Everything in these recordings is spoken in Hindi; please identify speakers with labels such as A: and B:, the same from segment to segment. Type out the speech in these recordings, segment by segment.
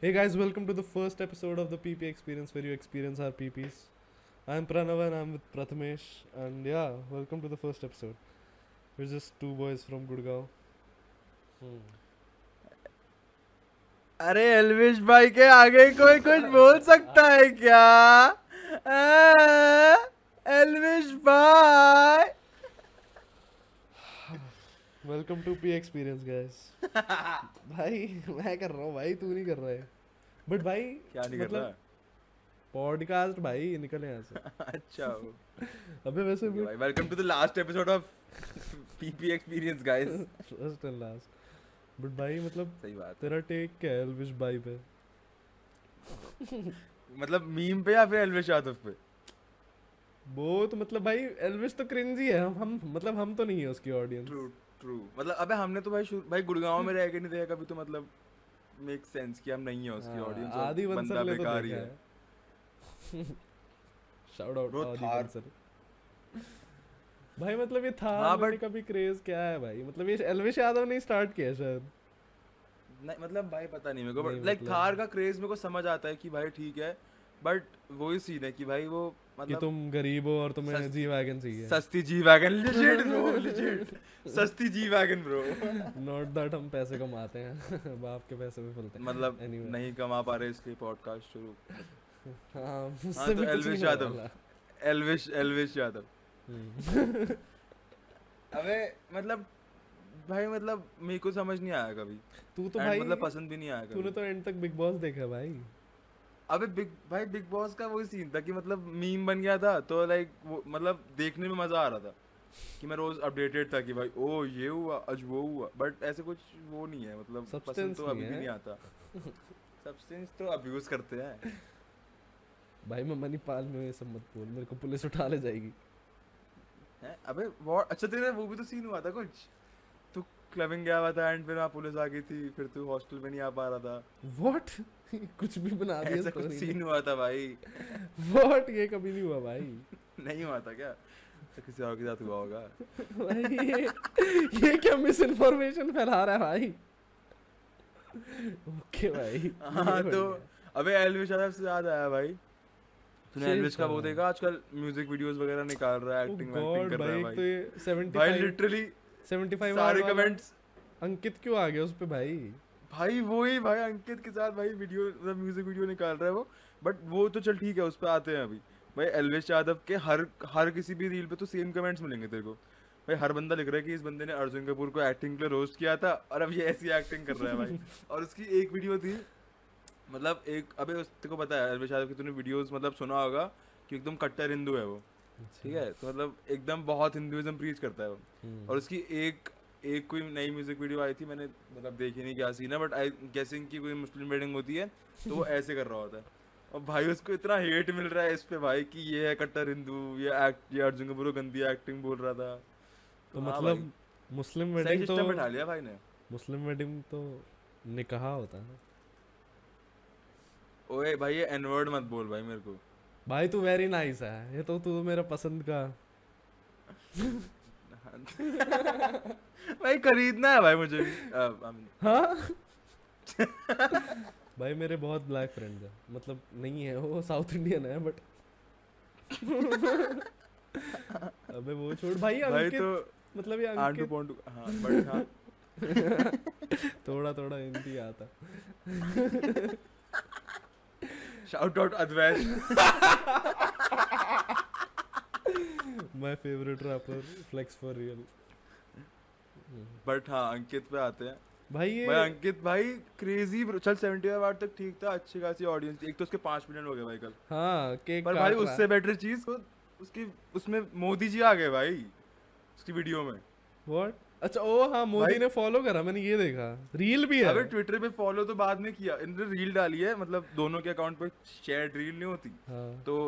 A: Hey guys, welcome to the first episode of the PP Experience where you experience our PPs. I'm Pranav and I'm with Prathamesh, and yeah, welcome to the first episode. We're just two boys from Gurgaon. Hmm.
B: अरे एलविश भाई के आगे कोई कुछ बोल सकता है क्या आ, एलविश भाई
A: welcome to P experience guys भाई मैं कर रहा हूँ भाई तू नहीं कर रहा है बट भाई
B: क्या नहीं कर
A: मतलब पॉडकास्ट भाई निकले यहाँ से
B: रहा अच्छा ओके
A: अबे वैसे
B: भाई welcome to the last episode of PP experience guys
A: first and last but भाई मतलब
B: सही बात
A: तेरा टेक क्या है एल्विश भाई पे
B: मतलब मीम पे या फिर एलविश यादव पे
A: वो तो मतलब भाई एल्विश तो क्रिंजी है हम हम मतलब हम तो नहीं है उसकी ऑडियंस
B: ट्रू ट्रू मतलब अबे हमने तो भाई शुरू- भाई गुड़गांव में रह के नहीं देखा कभी तो मतलब मेक सेंस कि हम नहीं है
A: हाँ,
B: उसकी ऑडियंस
A: आदि
B: बंदा
A: बंसल ले तो
B: बेकार ही
A: देखा
B: है
A: है shout out
B: Bro,
A: Adi
B: Thar.
A: Bansal भाई मतलब ये था
B: हाँ,
A: मैंने
B: but-
A: कभी क्रेज क्या है भाई मतलब ये एल्विश यादव ने स्टार्ट किया है शायद
B: नहीं मतलब भाई पता नहीं मेरे को
A: नहीं,
B: बट लाइक
A: मतलब-
B: थार का क्रेज मेरे को समझ आता है कि भाई ठीक है बट वो ही सीन है कि भाई वो
A: कि
B: मतलब
A: तुम गरीब हो और तुम्हें
B: सस-
A: जी वैगन चाहिए
B: सस्ती G wagon legit bro legit सस्ती G wagon bro
A: not that हम पैसे कमाते हैं बाप के पैसे भी फुलते हैं
B: मतलब
A: Anyway.
B: नहीं कमा पा रहे इसलिए पॉडकास्ट शुरू
A: हाँ
B: हाँ,
A: मुझसे
B: तो
A: भी कुछ
B: एल्विश
A: नहीं होने
B: यादव।
A: वाला।
B: एलविश एलविश यादव
A: हम्म,
B: अबे मतलब भाई मतलब मेरे को समझ नहीं आया कभी
A: तू तो
B: And
A: भाई
B: मतलब पसंद भी नहीं आया
A: तूने
B: कभी
A: तो एंड तक बिग बॉस देखा भाई
B: अबे बिग भाई बिग बॉस का वही सीन था कि मतलब मीम बन गया था तो लाइक वो मतलब देखने में मजा आ रहा था कि मैं रोज अपडेटेड था कि भाई ओ ये हुआ आज वो हुआ बट ऐसे कुछ वो नहीं है मतलब पसंद
A: Substance
B: तो
A: नहीं
B: अभी भी
A: है।
B: नहीं आता सब्सटेंस तो अब्यूज करते हैं
A: भाई मैं मणिपाल में हूँ, ये सब मत बोल मेरे को पुलिस उठा ले जाएगी
B: हैं अबे वो अच्छा तेरे वो भी तो सीन हुआ था कुछ तू क्लबिंग गया हुआ था एंड फिर वहाँ पुलिस आ गई थी फिर तू हॉस्टल में नहीं आ पा रहा था
A: व्हाट कुछ भी बना दिया
B: ऐसा कुछ सीन हुआ था भाई
A: व्हाट ये कभी नहीं हुआ भाई
B: नहीं हुआ था क्या तो किसी और के साथ हुआ होगा
A: भाई ये ये क्या मिस इन्फॉर्मेशन फैला रहा है भाई ओके भाई
B: हाँ
A: ये बढ़िया
B: तो
A: है।
B: अबे एलविश यादव से याद आया भाई तूने
A: सही
B: एलविश का वो
A: कहा।
B: देखा आजकल म्यूजिक वीडियोस वगैरह निकाल रहा है
A: हाँ। Oh
B: एक्टिंग
A: God,
B: वैक्टिंग कर रहा है
A: भाई एक तो
B: भाई
A: ये 75
B: भाई लिटरली
A: 75
B: सारे
A: वाला
B: कमेंट्स
A: अंकित क्यों आ गया उस पे भाई
B: भाई वो ही भाई अंकित के साथ भाई वीडियो मतलब म्यूजिक वीडियो निकाल रहा है वो बट वो तो चल ठीक है उस पर आते हैं अभी भाई एलविश यादव के हर हर किसी भी रील पे तो सेम कमेंट्स मिलेंगे तेरे को भाई हर बंदा लिख रहा है कि इस बंदे ने अर्जुन कपूर को एक्टिंग के लिए रोस्ट किया था और अब ये ऐसी एक्टिंग कर रहा है भाई और उसकी एक वीडियो थी मतलब एक अबे उस तेरे को पता है एलविश यादव की तूने वीडियोस मतलब सुना होगा कि एकदम कट्टर हिंदू है वो ठीक है तो मतलब एकदम बहुत हिंदुइज्म प्रीच करता है वो
A: हम्म।
B: और उसकी एक एक कोई नई म्यूजिक वीडियो आई थी मैंने मतलब देखी नहीं क्या सीन है बट आई गेसिंग की कोई मुस्लिम वेडिंग होती है तो वो ऐसे कर रहा होता है और भाई उसको इतना हेट मिल रहा है इस पे भाई कि ये है कट्टर हिंदू ये act- ये अर्जुन कपूर को गंदी एक्टिंग बोल रहा था
A: तो
B: हाँ
A: मतलब मुस्लिम
B: भाई, सही
A: वेडिंग
B: सिस्टम बैठा
A: तो
B: लिया भाई ने
A: मुस्लिम वेडिंग तो निकाह होता है ना
B: ओए भाई ये एनवर्ड मत बोल भाई मेरे को
A: भाई तू वेरी नाइस है ये तो तू मेरा पसंद का
B: भाई खरीदना है भाई मुझे अ, I mean,
A: हाँ भाई मेरे बहुत ब्लैक फ्रेंड्स हैं मतलब नहीं है वो साउथ इंडियन है बट अबे वो छोड़ भाई
B: भाई
A: अंकित
B: तो
A: मतलब ये
B: आंटू
A: अंकित
B: पॉन्टू हाँ बट हाँ
A: थोड़ा थोड़ा हिंदी आता
B: shout out Advait
A: my favourite rapper flex for real
B: but हाँ अंकित पे आते हैं
A: भाई ये
B: भाई अंकित भाई क्रेजी चल 75 आवर तक ठीक था अच्छी खासी ऑडियंस एक तो उसके पाँच मिलियन हो गए भाई कल
A: हाँ केक
B: पर
A: काट
B: भाई
A: रहा है।
B: उससे बेटर चीज तो उसकी उसमें मोदी जी आ गए भाई उसकी वीडियो में
A: What? अच्छा ओ हाँ मोदी
B: भाई-
A: ने फॉलो करा मैंने ये देखा रील भी है
B: अबे ट्विटर पे फॉलो तो बाद में किया इन्होंने रील डाली है मतलब दोनों के अकाउंट पे शेयर रील नहीं होती
A: हाँ
B: तो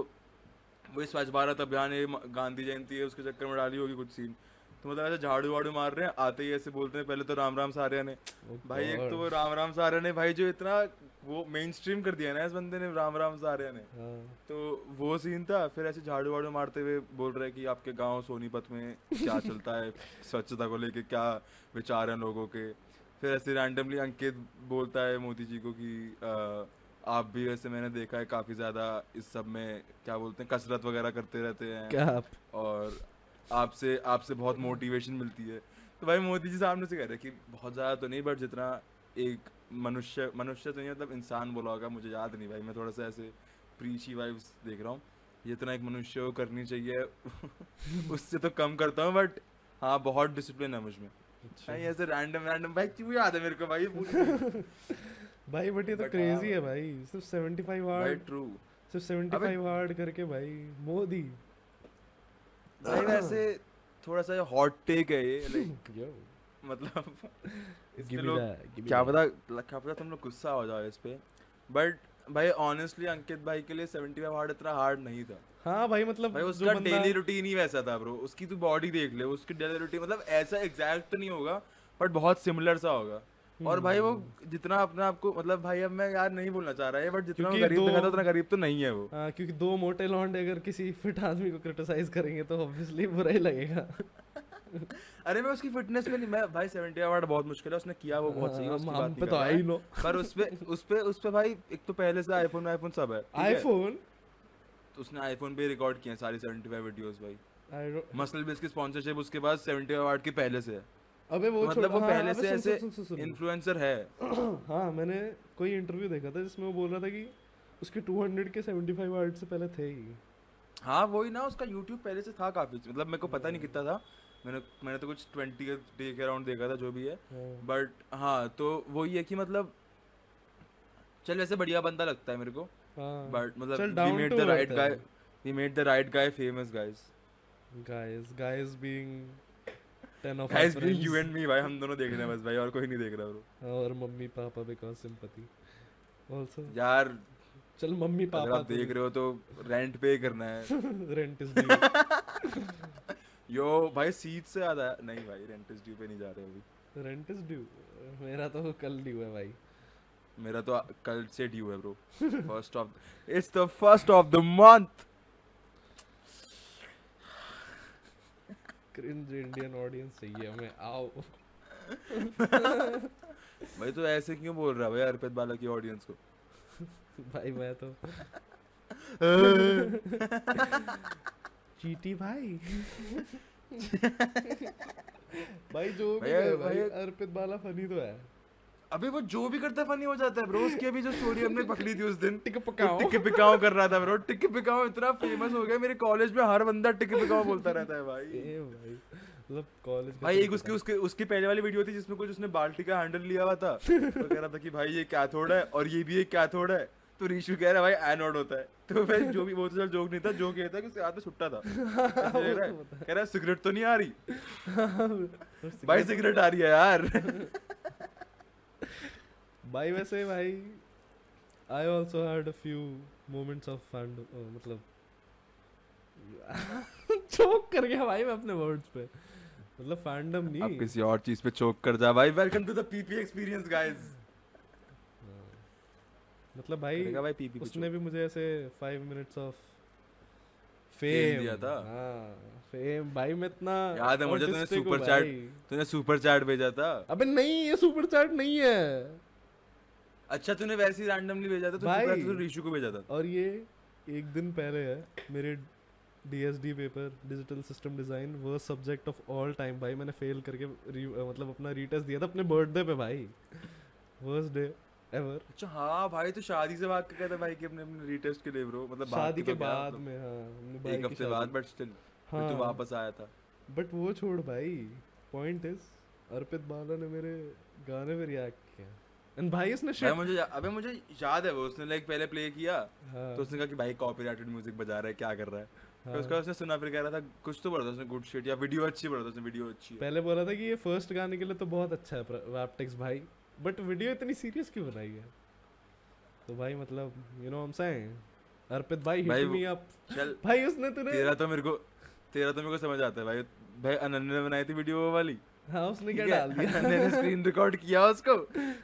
B: वो स्वच्छ भारत अभियान है म- गांधी जयंती है उसके चक्कर में डाली होगी कुछ सीन तो मतलब ऐसे झाड़ू वाड़ू मार रहे हैं आते ही ऐसे बोलते हैं पहले तो राम राम सारे ने
A: Oh
B: भाई एक
A: God.
B: तो वो राम राम सारे ने भाई जो इतना वो मेन स्ट्रीम कर दिया ना इस बंदे ने राम राम सारे ने
A: हाँ
B: तो वो सीन था फिर ऐसे झाड़ू वाड़ू मारते हुए बोल रहे हैं कि आपके गांव सोनीपत में क्या चलता है स्वच्छता को लेके क्या विचार हैं लोगों के फिर ऐसे रैंडमली अंकित बोलता है मोदी जी को कि अ, आप भी ऐसे मैंने देखा है काफी ज्यादा इस सब में क्या बोलते हैं कसरत वगैरह करते रहते हैं
A: क्या आप
B: और आपसे आपसे बहुत मोटिवेशन मिलती है तो भाई मोदी जी सामने से कह रहे हैं कि बहुत ज़्यादा तो नहीं बट जितना एक मनुष्य मनुष्य तो नहीं मतलब इंसान बोला होगा मुझे याद नहीं भाई मैं थोड़ा सा ऐसे प्रीची वाइब्स देख रहा हूँ जितना एक मनुष्य को करनी चाहिए उससे तो कम करता हूँ बट हाँ बहुत डिसिप्लिन है मुझ में
A: अच्छा।
B: भाई ऐसे रैंडम रैंडम भाई क्यों याद है मेरे को भाई ये पूछ
A: भाई
B: भाई
A: बट ये तो
B: But
A: क्रेजी
B: हाँ।
A: है भाई सिर्फ 75 हार्ड
B: ट्रू
A: सिर्फ 75 हार्ड करके भाई मोदी
B: भाई वैसे थोड़ा सा हॉट टेक है ये लाइक
A: यो
B: मतलब इस पे
A: गिव मी
B: लोग
A: दैट
B: क्या पता क्या पता तुम लोग गुस्सा हो जाओ इस पे बट भाई ऑनेस्टली अंकित भाई के लिए 75 हार्ड इतना हार्ड नहीं था
A: हां भाई मतलब
B: भाई
A: जो
B: उसका
A: बंदा-
B: डेली रूटीन ही वैसा था ब्रो उसकी तू बॉडी देख ले उसकी डेली रूटीन मतलब ऐसा एग्जैक्ट नहीं होगा बट बहुत सिमिलर सा होगा और भाई वो जितना अपने आपको मतलब भाई अब मैं यार नहीं बोलना चाह रहा है बट जितना वो
A: क्योंकि
B: गरीब दिखाता
A: दो-
B: उतना गरीब तो नहीं है वो
A: हाँ क्योंकि दो मोटे लौंडे अगर किसी फिट आदमी को क्रिटिसाइज करेंगे तो ऑब्वियसली बुरा ही लगेगा
B: अरे मैं उसकी फिटनेस में नहीं मैं भाई 75 हार्ड बहुत मुश्किल है उसने किया वो बहुत सही है
A: हाँ,
B: उसकी
A: हम
B: बात
A: पे तो
B: नहीं कर
A: आ
B: रहा
A: ही
B: है।
A: लो
B: पर उस पे उस पे उस पे भाई एक तो पहले से आईफोन आईफोन सब है ठीक है?
A: आईफोन
B: तो उसने आईफोन पे रिकॉर्ड किए हैं सारी 75 वीडियोस भाई
A: I don't-
B: मसल बिल्स की स्पॉन्सरशिप उसके बाद 75 अवार्ड के पहले से है
A: अबे वो
B: तो मतलब
A: छोड़-
B: वो
A: हाँ,
B: पहले
A: अबे
B: से
A: सुन- सुन-
B: ऐसे
A: सुन- सुन- सुन।
B: इन्फ्लुएंसर है
A: हाँ मैंने कोई इंटरव्यू देखा था जिसमें वो बोल रहा था कि उसके 200 के 75 वर्ड से पहले थे ही
B: हाँ वही ना उसका YouTube पहले से था काफी मतलब मेरे को पता नहीं कितना था मैंने मैंने तो कुछ 20 के डे के अराउंड देखा था जो भी है
A: हाँ।
B: बट हाँ तो वही है कि मतलब चल वैसे बढ़िया बंदा लगता है मेरे को
A: हाँ।
B: बट
A: चल,
B: मतलब we
A: down
B: made
A: to
B: the
A: earth
B: right
A: है।
B: Guy we made the right guy famous guys
A: guys guys being 10 of our
B: guys be you
A: friends.
B: And me भाई हम दोनों देख रहे हैं बस भाई और कोई नहीं देख रहा bro
A: और mummy papa because sympathy also
B: यार
A: चल मम्मी
B: अगर
A: पापा
B: आप देख रहे हो तो रेंट पे करना है
A: हो रेंट इज ड्यू
B: यो भाई सीट से याद आया नहीं भाई रेंट इज ड्यू पे नहीं जा रहे अभी
A: रेंट इज ड्यू मेरा तो कल ड्यू है भाई
B: मेरा तो आ- कल से ड्यू है bro first of it's the first of the month
A: cringe Indian audience चाहिए हमें आओ
B: भाई तो ऐसे क्यों बोल रहा है भाई अर्पित बाला की ऑडियंस को
A: भाई मैं तो चीटी भाई भाई जो भी
B: भैया-
A: है भाई
B: भैया-
A: अर्पित बाला फनी तो है
B: अबे वो जो भी करता फनी हो जाता है ब्रो उसकी अभी जो स्टोरी हमने पकड़ी थी उस दिन
A: टिक
B: वो टिके पिकाओ कर रहा था ब्रो टिके पिकाओ इतना फेमस हो गया मेरे कॉलेज में हर बंदा टिके पिकाओ बोलता रहता है भाई
A: ए भाई मतलब कॉलेज
B: भाई एक उसकी उसके उसकी पहले वाली वीडियो थी जिसमें कुछ उसने बाल्टी का हैंडल लिया हुआ था तो कह रहा था कि भाई ये कैथोड है और ये भी एक कैथोड है तो रीशु कह रहा है भाई एनोड होता है तो भाई जो भी वो तो चल जोक नहीं था जोक ये था कि उसके हाथ में छुट्टा था ऐसे कह रहा है कह रहा है सिगरेट तो नहीं आ रही भाई सिगरेट आ रही है यार
A: भाई वैसे भाई I also had a few moments of fame मतलब चौक कर गया भाई मैं अपने वर्ड्स पे मतलब फैंडम
B: अब
A: नहीं
B: किसी और चीज पे चोक कर जा भाई welcome to the PP experience guys
A: हाँ। मतलब
B: करेगा
A: भाई
B: भाई पीपी
A: उसने भी मुझे ऐसे five minutes of
B: Fame
A: fame
B: दिया था।
A: हाँ फेम भाई मैं इतना
B: याद है मुझे तूने
A: autistic हूँ
B: super chat-
A: भाई।
B: तूने सुपर चैट भेजा था
A: अबे नहीं ये सुपर चैट नहीं है
B: अच्छा तूने वैसे ही रैंडमली भेजा था तो
A: भाई।
B: सुपर chat तो रीशु को भेजा था
A: और ये एक दिन पहले है मेरे DSD paper digital system design वो सब्जेक्ट ऑफ ऑल टाइम भाई मैंने फेल करके re- अ, मतलब अपना रीटेस्ट दिया था अपने बर्थडे पे भाई वर्स्ट डे एवर
B: अच्छा हाँ भाई तो शादी से भाग के कहता भाई कि अपने अपने रीटेस्ट के लिए ब्रो मतलब भाग
A: शादी के
B: तो गया,
A: बाद
B: मतलब।
A: में हाँ हमने भाई
B: एक
A: की
B: हफ्ते
A: शादी-
B: बाद बट स्टिल फिर तू
A: हाँ,
B: वापस आया था
A: बट वो छोड़ भाई पॉइंट इज अर्पित बाला ने मेरे गाने पे रिएक्ट किया एंड भाई इसने
B: भाई
A: shit-
B: मुझे या- अबे मुझे याद है वो उसने लाइक पहले प्ले किया
A: हाँ,
B: तो उसने कहा कि भाई कॉपीराइटेड म्यूजिक बजा रहा है क्या कर रहा है फिर
A: हाँ।
B: उसके बाद उसने सुना फिर कह रहा था कुछ तो बोला था उसने गुड शिट या वीडियो अच्छी बोला था उसने वीडियो अच्छी है
A: पहले बोला था कि ये फर्स्ट गाने के लिए तो बहुत अच्छा है वैपटेक्स भाई बट वीडियो इतनी सीरियस क्यों बनाई है तो भाई मतलब यू नो हम सेइंग अर्पित भाई
B: भाई
A: हिट
B: वो-
A: मी अप
B: चल
A: भाई उसने तूने
B: तेरा तो मेरे को तेरा तो मेरे को समझ आता है भाई भाई अनन्या ने बनाई थी वीडियो वो वाली
A: हाँ उसने क्या
B: ठीक है?
A: डाल दिया
B: अनन्या ने स्क्रीन रिकॉर्ड किया उसको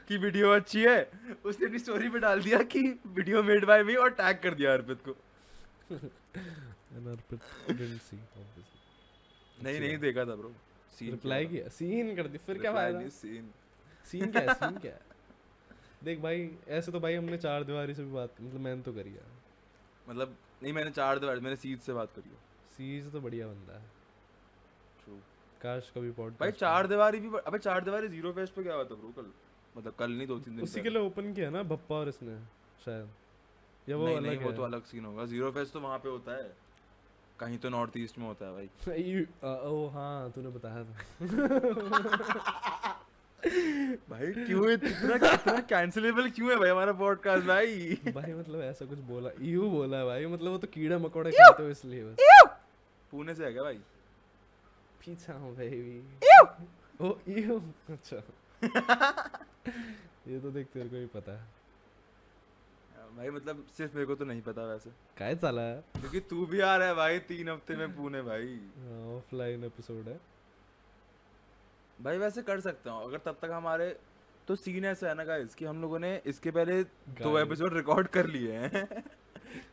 B: कि वीडियो अच्छी है उसने अपनी स्टोरी पे डाल दिया कि वीडियो मेड बाय मी और टैग कर दिया अर्पित को
A: and Arpit didn't see obviously
B: नहीं नहीं देखा था ब्रो
A: रिप्लाई किया सीन कर दी फिर क्या फायदा
B: सीन
A: सीन क्या है सीन क्या है देख भाई ऐसे तो भाई हमने चार दीवारी से भी बात मतलब मैंने तो करी है
B: मतलब नहीं मैंने चार दीवार मैंने सीध से बात करी है
A: सीज तो बढ़िया बंदा है
B: True.
A: काश कभी पॉडकास्ट
B: भाई चार दीवारी भी अबे चार दीवारी जीरो फेस्ट पे क्या हुआ था ब्रो कल मतलब कल नहीं दो तीन दिन
A: उसी के
B: पहले।
A: लिए ओपन किया ना भप्पा और इसने शायद या वो
B: नहीं,
A: अलग
B: नहीं, वो
A: है
B: तो अलग सीन होगा जीरो फेस्ट तो वहां पे होता है कहीं तो नॉर्थ ईस्ट में होता है भाई
A: यू ओ हाँ तूने बताया था
B: भाई क्यों इतना कितना कैंसिलेबल क्यों है भाई हमारा पॉडकास्ट भाई
A: भाई मतलब ऐसा कुछ बोला यू बोला है भाई मतलब वो तो कीड़ा मकोड़ा खाते हो इसलिए बस
B: पुणे से है क्या भाई
A: पीछा हूँ बेबी ओ यू अच्छा ये तो देख तेरे को ही पता है
B: भाई मतलब सिर्फ मेरे को तो नहीं पता वैसे
A: काय चाला है
B: क्योंकि तू भी आ रहा है भाई तीन हफ्ते में पुणे भाई
A: ऑफलाइन एपिसोड है
B: भाई वैसे कर सकता हूँ अगर तब तक हमारे तो सीन ऐसा है ना गाइस कि हम लोगों ने इसके पहले दो
A: Guys.
B: एपिसोड रिकॉर्ड कर लिए हैं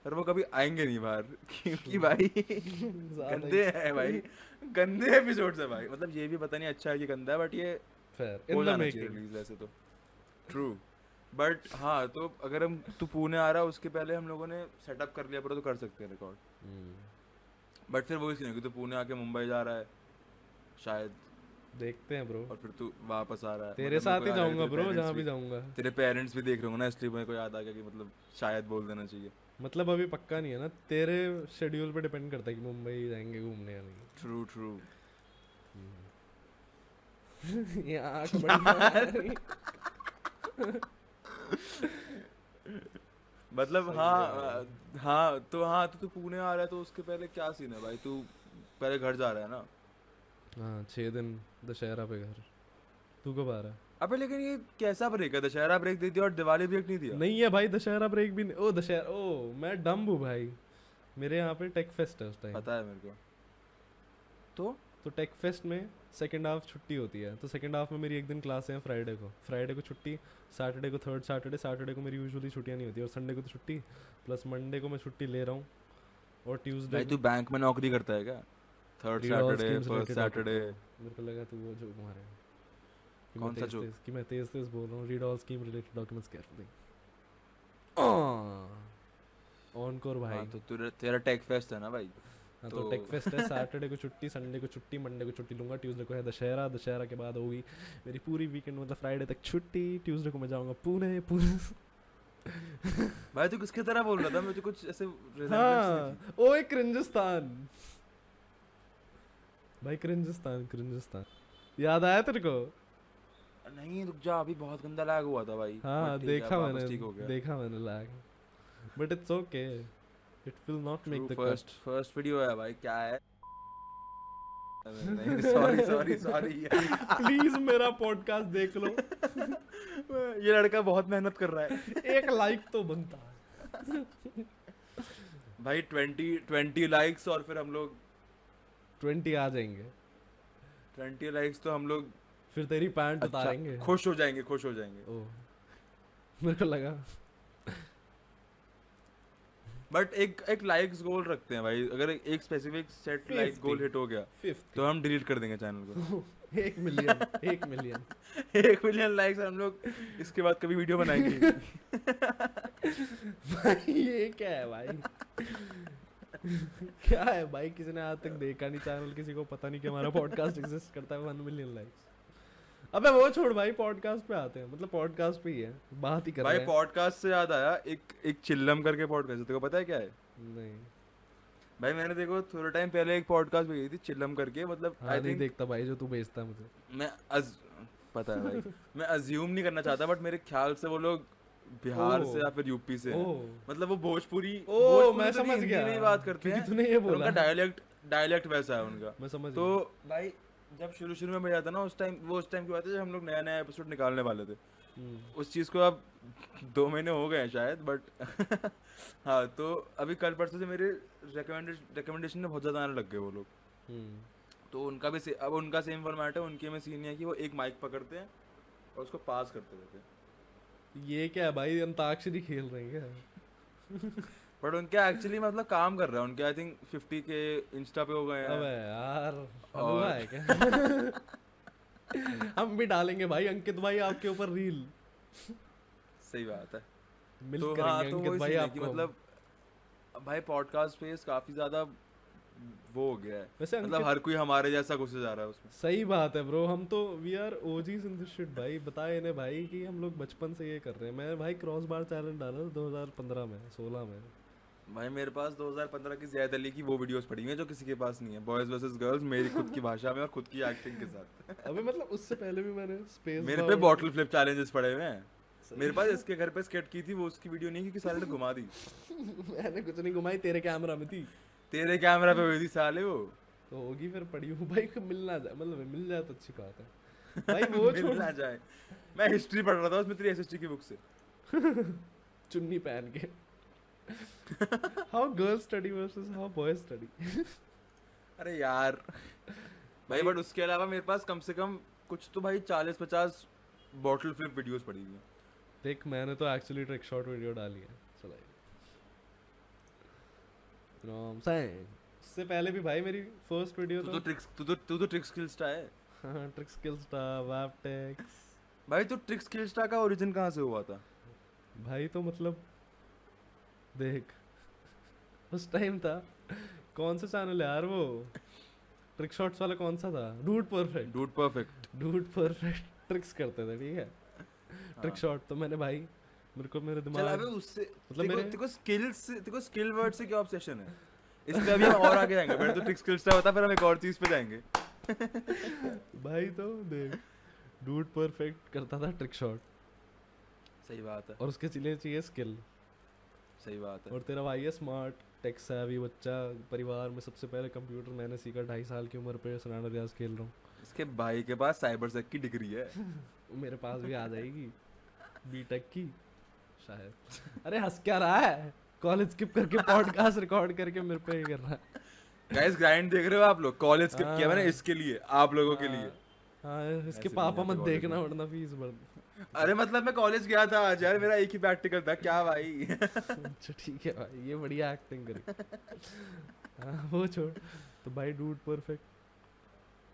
B: और वो कभी आएंगे नहीं बाहर क्योंकि भाई
A: ज्यादा
B: गंदे हैं भाई गंदे एपिसोड्स है भाई मतलब ये भी पता नहीं अच्छा है कि गंदा है बट ये
A: फेयर इन
B: हो
A: द
B: जाना चाहिए
A: मेकिंग
B: रिलीज वैसे तो ट्रू बट हाँ तो अगर हम तू पुणे आ रहा है उसके पहले हम लोगों ने सेटअप कर लिया पूरा तो कर सकते हैं रिकॉर्ड
A: Mm,
B: बट फिर वही सीन है कि तू पुणे आके मुंबई जा रहा है शायद
A: देखते हैं ब्रो
B: और फिर तू वापस आ रहा है
A: तेरे
B: मतलब मेरे
A: साथ
B: को
A: ही
B: याद है कि
A: जाऊंगा ब्रो जहाँ भी
B: तेरे parents
A: जाऊंगा
B: तेरे पेरेंट्स भी देख रहे होंगे ना इसलिए मेरे को याद आ गया कि मतलब शायद बोल देना चाहिए
A: मतलब अभी पक्का नहीं है ना तेरे शेड्यूल पे डिपेंड करता है कि मुंबई जाएंगे घूमने या
B: ट्रू ट्रू
A: नहीं ये आँख बड़ी मार रही।
B: मतलब
A: समझ
B: हाँ
A: गया
B: आ, हाँ तो हाँ तो तू पुणे आ रहा है तो उसके पहले क्या सीन है भाई तू पहले घर जा रहा है ना
A: हाँ छः दिन दशहरा पे घर तू कब आ रहा है?
B: अबे लेकिन ये कैसा ब्रेक है दशहरा ब्रेक दे दिया और दिवाली ब्रेक नहीं दिया
A: नहीं है भाई दशहरा ब्रेक भी नहीं ओ दशहरा ओ मैं डम्ब हूँ भाई मेरे यहाँ पे टेक फेस्ट है उस टाइम
B: पता है मेरे को तो
A: तो टेक फेस्ट में सेकंड हाफ छुट्टी होती है तो सेकंड हाफ में मेरी एक दिन क्लास है फ्राइडे को फ्राइडे को छुट्टी सैटरडे को थर्ड सैटरडे सैटरडे को मेरी यूजुअली छुट्टियाँ नहीं होती और संडे को तो छुट्टी प्लस मंडे को मैं छुट्टी ले रहा हूँ और ट्यूसडे
B: भाई तू बैंक में नौकरी करता है क्या third
A: Read all
B: Saturday
A: schemes related topic
B: first Saturday
A: को। मेरे को लगा तू वो जोक मारे कि मैं
B: कौन सा
A: तेज-
B: joke?
A: तेज- कि मैं तेज तेज बोल रहा हूँ read all scheme related documents carefully on core भाई
B: हाँ तो तेरा तेरा टेक फेस्ट है ना भाई
A: हाँ तो
B: तो-
A: टेक फेस्ट है सैटरडे को छुट्टी संडे को छुट्टी मंडे को छुट्टी लूंगा ट्यूसडे को है दशहरा दशहरा के बाद होगी मेरी पूरी वीकेंड मतलब फ्राइडे तक छुट्टी ट्यूसडे को मैं जाऊंगा पुणे पुणे
B: भाई तू किसके तरह बोल रहा था मुझे कुछ ऐसे resemblance
A: हाँ ओए क्रिंजस्तान भाई क्रिंजस्तान क्रिंजस्तान याद आया तेरे को
B: नहीं थी। नहीं रुक जा अभी बहुत गंदा लैग हुआ था भाई
A: हाँ
B: बट ठीक है,
A: देखा
B: वापस ठीक हो
A: मैंने
B: गया
A: देखा मैंने lag but it's okay it will not make the
B: first first video है भाई क्या है नहीं सॉरी सॉरी सॉरी
A: प्लीज मेरा पॉडकास्ट देख लो
B: ये लड़का बहुत मेहनत कर रहा है
A: एक लाइक तो बनता है
B: भाई 20 20 लाइक्स और फिर हम लोग
A: 20 आ जाएंगे
B: 20 लाइक्स तो हम लोग
A: फिर तेरी पैंट
B: अच्छा,
A: उतारेंगे
B: खुश हो जाएंगे खुश हो जाएंगे
A: ओ मेरे को लगा
B: बट एक एक लाइक्स गोल रखते हैं भाई अगर एक specific set like
A: 50
B: goal hit हो गया
A: फिफ्थ
B: तो हम डिलीट कर देंगे चैनल को
A: एक मिलियन एक मिलियन
B: एक मिलियन लाइक्स हम लोग इसके बाद कभी वीडियो बनाएंगे
A: भाई ये क्या है भाई क्या है भाई किसी ने आज तक देखा नहीं चैनल किसी को पता नहीं कि हमारा पॉडकास्ट एग्जिस्ट करता है वन मिलियन लाइक्स अबे वो छोड़ भाई पॉडकास्ट पे आते हैं मतलब पॉडकास्ट पे ही है बात ही कर
B: भाई
A: रहे हैं
B: पॉडकास्ट से याद आया एक एक चिल्लम करके पॉडकास्ट तेरे को पता है क्या है
A: नहीं
B: भाई मैंने देखो थोड़ा टाइम पहले एक पॉडकास्ट भेजी थी चिल्लम करके मतलब
A: हाँ
B: आई
A: नहीं
B: थिंक
A: देखता भाई जो तू भेजता है मुझे
B: मैं अज पता है भाई मैं अज्यूम नहीं करना चाहता बट मेरे ख्याल से वो लोग बिहार से
A: ओह।
B: या फिर यूपी से हैं।
A: ओह
B: मतलब वो भोजपुरी
A: ओ
B: भोजपुरी
A: मैं
B: तो नहीं,
A: समझ
B: हिंदी
A: गया
B: में ही बात करते
A: क्योंकि
B: हैं
A: तूने ये
B: और उनका
A: बोला
B: डायलेक्ट डायलेक्ट वैसा है उनका
A: मैं समझ
B: तो
A: गया
B: भाई जब शुरू शुरू में मैं जाता ना उस टाइम वो उस टाइम की बात है जब हम लोग नया नया एपिसोड निकालने वाले थे
A: हम्म।
B: उस चीज़ को अब दो महीने हो गए हैं शायद बट हाँ तो अभी कल परसों से मेरे रिकमेंडेशन रिकमेंडेशन में बहुत ज़्यादा आने लग गए वो लोग
A: हम्म,
B: तो उनका भी से, अब उनका सेम फॉर्मेट है उनके में सीन ये है कि वो एक माइक पकड़ते हैं और उसको पास करते रहते हैं
A: ये क्या है भाई अंताक्षरी खेल रहे हैं क्या
B: बट उनका एक्चुअली मतलब काम कर रहा है उनके आई थिंक
A: हाँ,
B: फिफ्टी के इंस्टा पे हो गए हैं
A: अबे यार
B: और-
A: हलवा है क्या हम भी डालेंगे भाई अंकित भाई आपके ऊपर रील
B: सही बात है
A: मिल
B: तो हाँ
A: करेंगे
B: तो
A: अंकित
B: वही
A: भाई
B: सीन है कि
A: आपको मतलब
B: मतलब भाई पॉडकास्ट पे काफी ज्यादा वो हो गया है
A: वैसे
B: मतलब
A: अंकित
B: हर कोई हमारे जैसा घुसे जा रहा है उसमें
A: सही बात है ब्रो हम तो we are OGs in this shit भाई बताए इन्हें भाई कि हम लोग बचपन से ये कर रहे हैं मैं भाई क्रॉस बार चैलेंज डाला था 2015 में 16 में
B: भाई मेरे पास 2015 की जैद अली की वो वीडियोस पड़ी हुई हैं जो किसी के पास नहीं है बॉयज वर्सेस गर्ल्स मेरी खुद की भाषा में और खुद की एक्टिंग के साथ
A: अबे मतलब उससे पहले भी मैंने स्पेस
B: मेरे पे बॉटल फ्लिप चैलेंजेस पड़े हुए हैं मेरे पास इसके घर पे स्केट की थी वो उसकी वीडियो नहीं क्योंकि साले ने घुमा दी
A: मैंने कुछ नहीं घुमाई तेरे कैमरा में थी
B: तेरे कैमरा पे हुई थी साले वो
A: तो होगी फिर पड़ी हूँ भाई को मिलना जा मतलब मिल जाए तो अच्छी बात है भाई वो छोड़
B: मिलना जाए मैं हिस्ट्री पढ़ रहा था उसमें तेरी एसएसटी की बुक से
A: चुन्नी पहन के how girls study versus how boys study
B: अरे यार भाई बट उसके अलावा मेरे पास कम से कम कुछ तो भाई चालीस पचास बॉटल फ्लिप वीडियोस पड़ी हुई हैं
A: देख मैंने तो एक्चुअली ट्रिक शॉट वीडियो डाली है चलाई You know what I'm saying? उससे पहले भी भाई मेरी फर्स्ट वीडियो
B: तू तो
A: तो
B: ट्रिक्स तू तो तू तो ट्रिक स्किल्स का है
A: हाँ ट्रिक स्किल्स था वैप टेक्स
B: भाई तो ट्रिक स्किल्स का ओरिजिन कहाँ से हुआ था
A: भाई तो मतलब देख उस टाइम था कौन सा चैनल है यार वो ट्रिक शॉट्स वाला कौन सा था dude perfect
B: dude perfect
A: dude perfect tricks करते थे ठीक है ट्रिक शॉट तो मैंने भाई मेरे को मेरे
B: हाँ। चल अबे
A: दिमाग
B: उससे
A: मतलब
B: मतलब मेरे
A: मेरे-
B: तेरे को स्किल्स से तेरे को स्किल वर्ड से क्या ऑब्सेशन है इस पे अभी हम और आगे जाएंगे पहले तो ट्रिक स्किल्स का बता फिर हम एक और चीज पे जाएंगे
A: भाई तो देख डूड परफेक्ट करता था ट्रिक शॉट
B: सही बात है
A: और उसके लिए चाहिए स्किल
B: सही बात है
A: और तेरा भाई है स्मार्ट टेक savvy बच्चा परिवार में सबसे पहले कंप्यूटर मैंने सीखा ढाई साल की उम्र पे सनाना रियाज खेल रहा
B: इसके भाई के पास साइबर सेक की डिग्री है
A: हूँ मेरे पास भी आ जाएगी बी टेक की शायद अरे हंस क्या रहा है कॉलेज स्किप करके पॉडकास्ट रिकॉर्ड करके मेरे पे ये कर रहा है
B: गाइस ग्राइंड देख रहे हो आप लोग कॉलेज स्किप किया मैंने
A: हाँ।
B: इसके लिए आप लोगों के लिए
A: हाँ
B: ऐसे
A: इसके
B: नहीं
A: पापा
B: आते
A: मत
B: college
A: देखना
B: में।
A: वरना फीस भर
B: अरे मतलब मैं कॉलेज गया था आज यार मेरा एक ही प्रैक्टिकल था क्या भाई
A: अच्छा ठीक है भाई ये बढ़िया एक्टिंग करी हाँ वो छोड़ तो भाई डूड परफेक्ट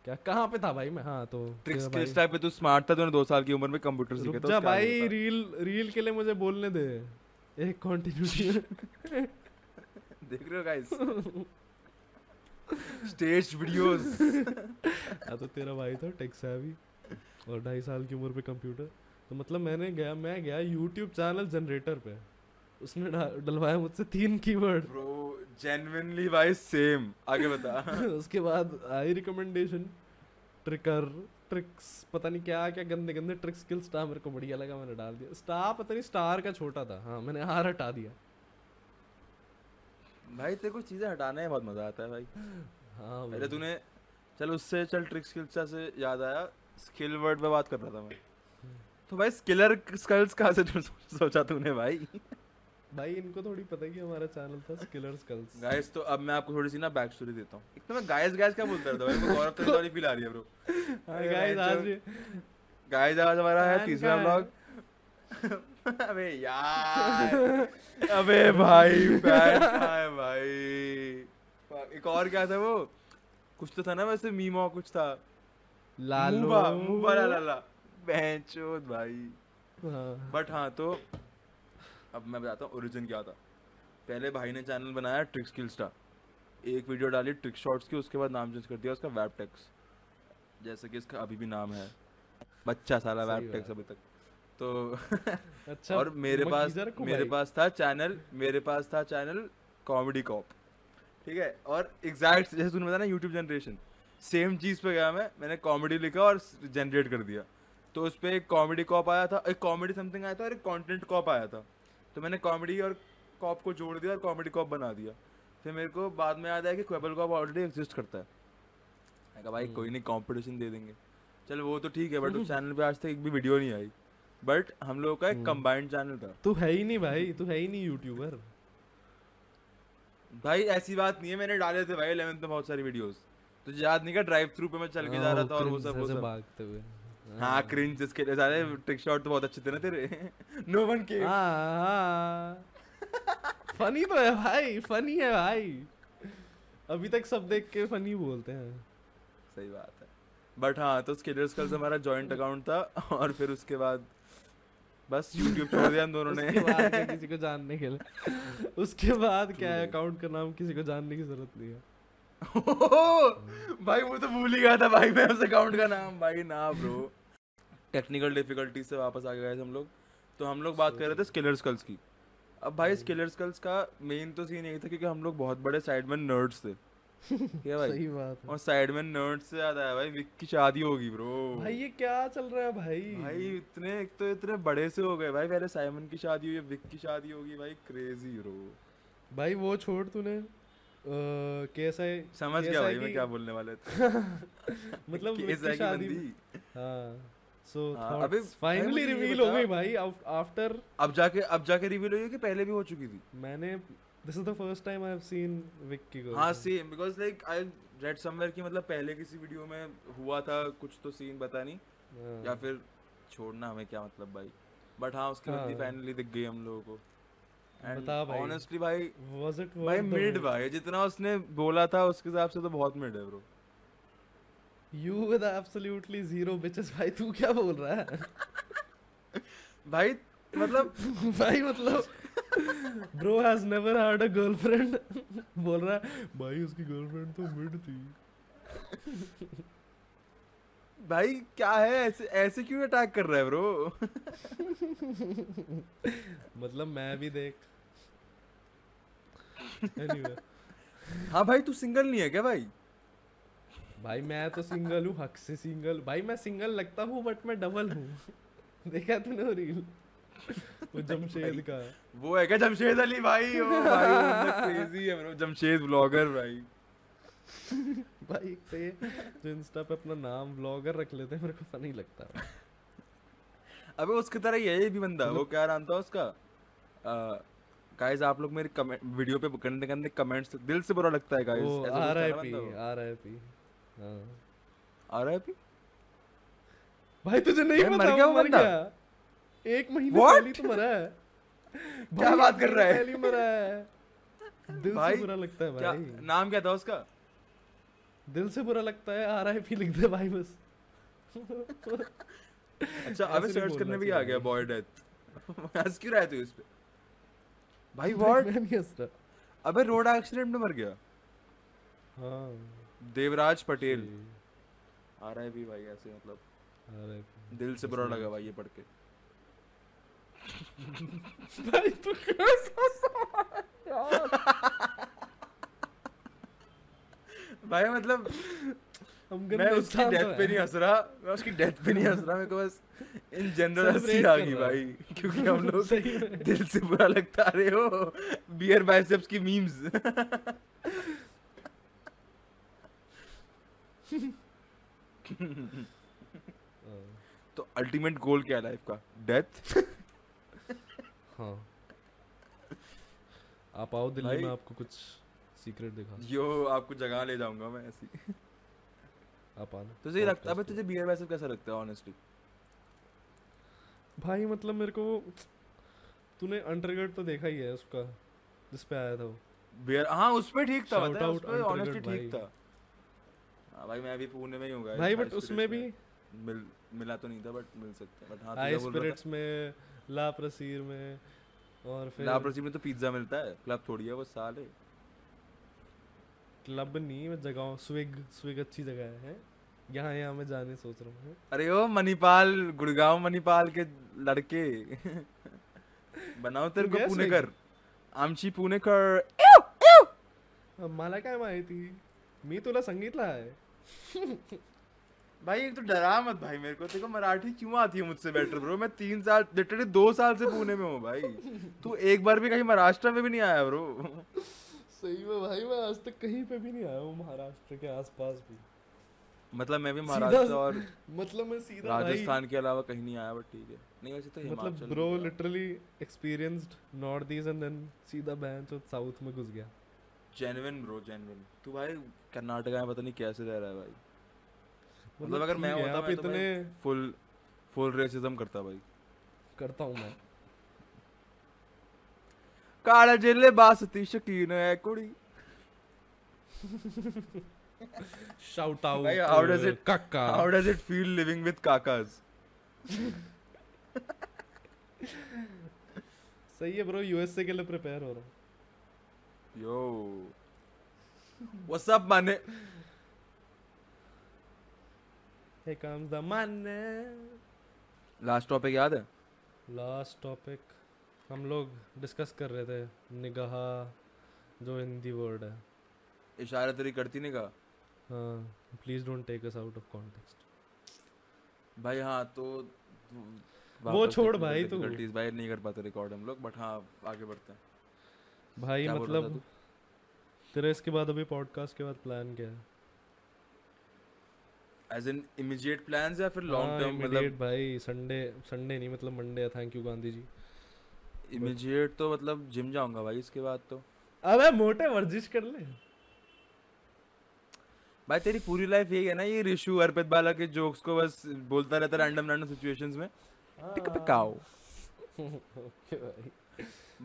A: क्या कहाँ पे था भाई मैं हाँ तो
B: ट्रिक्स
A: तेरा
B: के
A: भाई-
B: टाइप पे तू स्मार्ट था तूने दो साल की उम्र में कंप्यूटर सीखा
A: रुक
B: था
A: जा
B: उसका आगे
A: भाई
B: बता।
A: रील रील के लिए मुझे बोलने दे एक कंटिन्यूटी
B: देख रहे हो गाइस स्टेज वीडियोस
A: या तो तेरा भाई था टेक सैवी और ढाई साल की उम्र पे कंप्यूटर तो मतलब मैंने गया मैं गया यूट्यूब चैनल जनरेटर पे उसने डा- डलवाया मुझसे तीन कीवर्ड
B: ब्रो जेन्युइनली भाई सेम आगे बता
A: उसके बाद आई रिकमेंडेशन ट्रिकर ट्रिक्स पता नहीं क्या क्या गंदे गंदे ट्रिक स्किल स्टार मेरे को बढ़िया लगा मैंने डाल दिया स्टार पता नहीं स्टार का छोटा था हाँ मैंने हार हटा दिया
B: भाई तेरे को चीजें हटाने में बहुत मजा आता है भाई
A: हाँ
B: पहले
A: भाई।
B: तूने चल उससे चल ट्रिक स्किल्स से याद आया स्किल वर्ड पे बात कर रहा था मैं तो भाई स्किलर स्किल्स कहाँ से तू- सोचा तूने भाई
A: भाई इनको थोड़ी पता है कि हमारा चैनल था स्किलर स्कल्स
B: गाइस तो अब मैं आपको थोड़ी सी ना बैक स्टोरी देता हूँ एक तो मैं गाइस गाइस क्या बोलता रहता हूँ मेरे को गौरव तेरी सॉरी फील आ रही है ब्रो
A: हाँ
B: अरे
A: गाइस
B: भाई
A: आज
B: जो-
A: भी
B: गाइस आज हमारा है
A: फैन
B: तीसरा
A: का है।
B: ब्लॉग अबे यार अबे भाई फैन का है भाई Fuck, एक और क्या था वो कुछ तो था ना वैसे मीमा कुछ था
A: लालो
B: मुबा मुबा ला ला ला बहनचोद भाई
A: हाँ
B: बट हाँ तो अब मैं बताता हूँ ओरिजिन क्या था पहले भाई ने चैनल बनाया ट्रिक स्किल्स का एक वीडियो डाली ट्रिक शॉट्स की उसके बाद नाम चेंज कर दिया उसका वैप टेक्स जैसे कि इसका अभी भी नाम है बच्चा साला
A: सही
B: वैप टेक्स
A: बात।
B: अभी तक तो
A: अच्छा
B: और मेरे पास
A: मगीजर को
B: मेरे
A: भाई।
B: पास था चैनल मेरे पास था चैनल कॉमेडी कॉप ठीक है और एग्जैक्ट जैसे तूने बताया ना यूट्यूब जनरेशन सेम चीज़ पे गया मैं मैंने कॉमेडी लिखा और जनरेट कर दिया तो उस पर एक कॉमेडी कॉप आया था एक कॉमेडी समथिंग आया था और एक कंटेंट कॉप आया था तो मैंने कॉमेडी और कॉप को जोड़ दिया और कॉमेडी कॉप बना दिया फिर मेरे को बाद में याद आया कि क्वेबल कॉप ऑलरेडी एग्जिस्ट करता है मैं कहा भाई कोई
A: हम्म।
B: नहीं कंपटीशन दे देंगे चल वो तो ठीक है बट उस चैनल पे आज तक एक भी वीडियो नहीं आई बट हम लोगों का एक
A: हम्म।
B: कंबाइंड चैनल था
A: तू है ही नहीं भाई तू है ही नहीं यूट्यूबर
B: भाई ऐसी बात नहीं है मैंने डाले थे भाई 11th में बहुत सारी वीडियोस तुझे याद नहीं क्या ड्राइव थ्रू पे मैं चल के जा रहा था और वो सब वो सब
A: हाँ, भागते हुए Ah,
B: हाँ क्रिंज इसके लिए सारे ट्रिक शॉट तो बहुत अच्छे थे ना तेरे नो वन के
A: हाँ। फनी तो है भाई फनी है भाई अभी तक सब देख के फनी बोलते हैं
B: सही बात है बट हाँ तो स्किलर्स कल हमारा जॉइंट अकाउंट था और फिर उसके बाद बस यूट्यूब छोड़ दिया हम दोनों
A: उसके
B: ने
A: बाद क्या किसी को जानने के लिए उसके बाद क्या है
B: True.
A: अकाउंट का नाम किसी को जानने की जरूरत नहीं है
B: भाई वो तो भूल ही गया था भाई मैं उस अकाउंट का नाम भाई ना ब्रो टेक्निकल डिफिकल्टी से वापस आ गए थे हम लोग तो हम लोग बात कर रहे थे स्किलर स्कल्स की अब भाई
A: हम्म।
B: स्किलर स्कल्स का मेन तो सीन यही था क्योंकि हम लोग बहुत बड़े साइडमैन नर्ड्स थे क्या भाई
A: सही बात है
B: और साइडमैन नर्ड्स से याद आया भाई विक की शादी होगी ब्रो
A: भाई ये क्या चल रहा है भाई
B: भाई इतने एक तो इतने बड़े से हो गए भाई पहले साइमन की शादी हुई अब विक की शादी होगी भाई क्रेजी ब्रो
A: भाई वो छोड़ तूने कैसा है
B: समझ
A: कैसा
B: गया
A: है
B: भाई मैं
A: कि-
B: क्या बोलने वाला था
A: मतलब
B: कि
A: विक्की
B: ऐसा है कि
A: शादी
B: बंदी-
A: हाँ सो
B: हाँ, अबे भाई मुझे
A: फाइनली
B: ये
A: रिवील हो
B: बता-
A: गई भाई आफ्टर
B: अब जाके अब जाके रिवील हुई है कि पहले भी हो चुकी थी
A: मैंने this is the first time I have seen Vicky को
B: हाँ same because like I read somewhere कि मतलब पहले किसी वीडियो में हुआ था कुछ तो सीन पता नहीं
A: हाँ,
B: या फिर छोड़ना हमें क्या मतलब भाई बट हाँ उसकी बंदी
A: हाँ।
B: फाइनली दिख गई हम लोगों को
A: बता भाई। तो
B: ऑनेस्टली भाई
A: was it worth
B: भाई
A: the
B: मिड
A: wait?
B: भाई जितना उसने बोला था उसके हिसाब से तो बहुत मिड है bro
A: you with absolutely zero bitches भाई तू क्या बोल रहा है
B: भाई मतलब
A: भाई मतलब bro has never had a girlfriend बोल रहा है भाई उसकी गर्लफ्रेंड तो मिड थी
B: भाई क्या है ऐसे ऐसे क्यों अटैक कर रहा है ब्रो
A: मतलब मैं भी देख एनीवे
B: हाँ भाई तू सिंगल नहीं है क्या भाई
A: भाई मैं तो सिंगल हूँ हक से सिंगल भाई मैं सिंगल लगता हूँ बट मैं डबल हूँ देखा तूने वो रील वो जमशेद का
B: वो है क्या जमशेद अली भाई ओ भाई क्रेजी है ब्रो जमशेद ब्लॉगर भाई
A: भाई एक तो ये जो इंस्टा पे अपना नाम ब्लॉगर रख लेते हैं मेरे को फनी लगता है
B: अबे उसकी तरह ही है ये भी बंदा वो
A: मतलब
B: क्या नाम था उसका गाइस आप लोग मेरे कमेंट वीडियो पे गंदे गंदे कमेंट्स दिल से बुरा लगता है
A: वो
B: गाइस
A: आर आई पी
B: तो।
A: आर आई पी हाँ
B: आरआईपी
A: भाई तुझे नहीं
B: भाई, मर
A: पता
B: गया
A: वो
B: वो
A: मर
B: बंदा?
A: गया एक महीने
B: What?
A: पहले ही तो मरा है भाई,
B: बात
A: एक
B: कर
A: महीने
B: रहा है?
A: पहले ही मरा है दिल
B: भाई,
A: से बुरा लगता है
B: क्या
A: भाई
B: नाम क्या था उसका
A: दिल से बुरा लगता है आर आई पी लिख दे भाई बस
B: अच्छा
A: ऐसे
B: अबे
A: नहीं
B: सर्च करने
A: बोलना
B: भी आ
A: चाहिए
B: गया
A: भाई।
B: बॉय डेथ हंस क्यों रहा है तू इस पे भाई
A: भाई,
B: व्हाट
A: मैं नहीं हंस रहा
B: अबे रोड एक्सीडेंट में मर गया
A: हाँ
B: देवराज पटेल आरआईपी भाई ऐसे मतलब
A: आर आई
B: दिल से बुरा लगा भाई ये पढ़ के
A: पी भाई तू कैसा सा- यार
B: भाई मतलब
A: हम
B: मैं उसकी
A: तो
B: डेथ पे नहीं हंस रहा मैं उसकी डेथ पे नहीं हंस रहा मेरे को बस इन जनरल हंसी
A: Celebrate
B: आ
A: कर
B: गई
A: रहा
B: भाई क्योंकि हम लोग
A: सही में।
B: दिल से बुरा लगता रहे हो बियर बाइसेप्स की मीम्स
A: हाँ।
B: तो अल्टीमेट गोल क्या है लाइफ का डेथ
A: हाँ आप आओ दिल्ली
B: भाई।
A: में आपको कुछ सीक्रेट दिखा
B: यो आपको जगह ले जाऊंगा मैं ऐसी
A: आप आना
B: तुझे तो लगता
A: podcast
B: है
A: पे।
B: तुझे बियर बाइसेप कैसा लगता है ऑनेस्टली
A: भाई मतलब मेरे को तूने अंडरगर्ड तो देखा ही है उसका जिस पे आया था वो
B: बियर हाँ उस पे ठीक था
A: Shout
B: बताया उस
A: out
B: पे
A: Untriggered
B: ऑनेस्टली ठीक
A: भाई।
B: था हाँ भाई मैं अभी पुणे में ही हूँ guys,
A: भाई
B: high
A: बट उसमें
B: spirits
A: भी
B: में। मिल मिला तो नहीं था बट मिल सकते हैं बट हाँ
A: हाई
B: तुझे बोल रहा
A: स्पिरिट्स में लाप्रसीर में और
B: था
A: फिर
B: लापरसी में तो पिज्जा मिलता है क्लब थोड़ी है वो साले
A: क्लब नहीं मैं जगह स्विग स्विग अच्छी जगह है यहाँ यहाँ मैं जाने सोच रहा हूँ
B: अरे ओ मणिपाल गुड़गांव मणिपाल के लड़के बनाओ तेरे
A: तू
B: को
A: गया
B: पुणे
A: swing?
B: कर आमची पुणे कर
A: अ, मला काय माहिती मी तुला सांगितलं आहे
B: भाई एक तो डरा मत भाई मेरे को तेरे को मराठी क्यों आती है मुझसे बेटर ब्रो मैं तीन साल लिटरली दो साल से पुणे में हूँ भाई तू एक बार भी कहीं महाराष्ट्र में भी नहीं आया ब्रो
A: सही में भाई मैं आज तक कहीं पे भी नहीं आया हूँ महाराष्ट्र के आसपास भी
B: मतलब मैं भी
A: सीधा-
B: महाराष्ट्र और
A: मतलब मैं सीधा भाई
B: राजस्थान के अलावा कहीं नहीं आया बट ठीक है नहीं वैसे तो
A: मतलब
B: हिमाचल
A: ब्रो
B: भी गया।
A: Literally experienced north east and then सीधा बैंक और साउथ में घुस गया
B: जेन्युइन ब्रो जेन्युइन तू भाई कर्नाटका में पता नहीं कैसे रह रहा है भाई मतलब अगर मैं
A: ठीक है,
B: होता
A: आप
B: मैं तो
A: इतने
B: फुल फुल रेसिज्म करता भाई
A: करता हूँ मैं
B: काला जिले बासती शकीन है कुड़ी
A: Shout out.
B: Bhai, how does
A: uh,
B: it-
A: Kaka.
B: How does it feel living with kakas?
A: सही है ब्रो यूएसए के लिए प्रिपेयर हो रहा हूँ
B: Yo. What's up, mané?
A: Here comes the money.
B: Last topic याद है?
A: Last topic हम लोग डिस्कस कर रहे थे निगाह जो हिंदी वर्ड है
B: इशारा तेरी करती ने कहा
A: हाँ please don't take us out of context
B: भाई हाँ तो वो
A: वापस छोड़ technical भाई तू।
B: difficulties,
A: difficulties,
B: भाई नहीं कर पाते रिकॉर्ड हम लोग बट हाँ आगे बढ़ते हैं
A: भाई
B: क्या बोल रहा था
A: मतलब तेरा इसके बाद अभी पॉडकास्ट के बाद प्लान क्या है
B: एज एन इमीडिएट प्लान्स या फिर लॉन्ग टर्म
A: इमीडिएट
B: मतलब
A: हाँ, भाई संडे संडे नहीं मतलब मंडे है thank you Gandhi ji
B: immediate तो मतलब जिम जाऊंगा भाई इसके बाद तो
A: अबे मोटे वर्जिश कर ले
B: भाई तेरी पूरी लाइफ यही है ना ये रिशु अर्पित बाला के जोक्स को बस बोलता रहता रैंडम रैंडम सिचुएशंस में
A: हाँ।
B: टिक पिकाओ
A: ओके भाई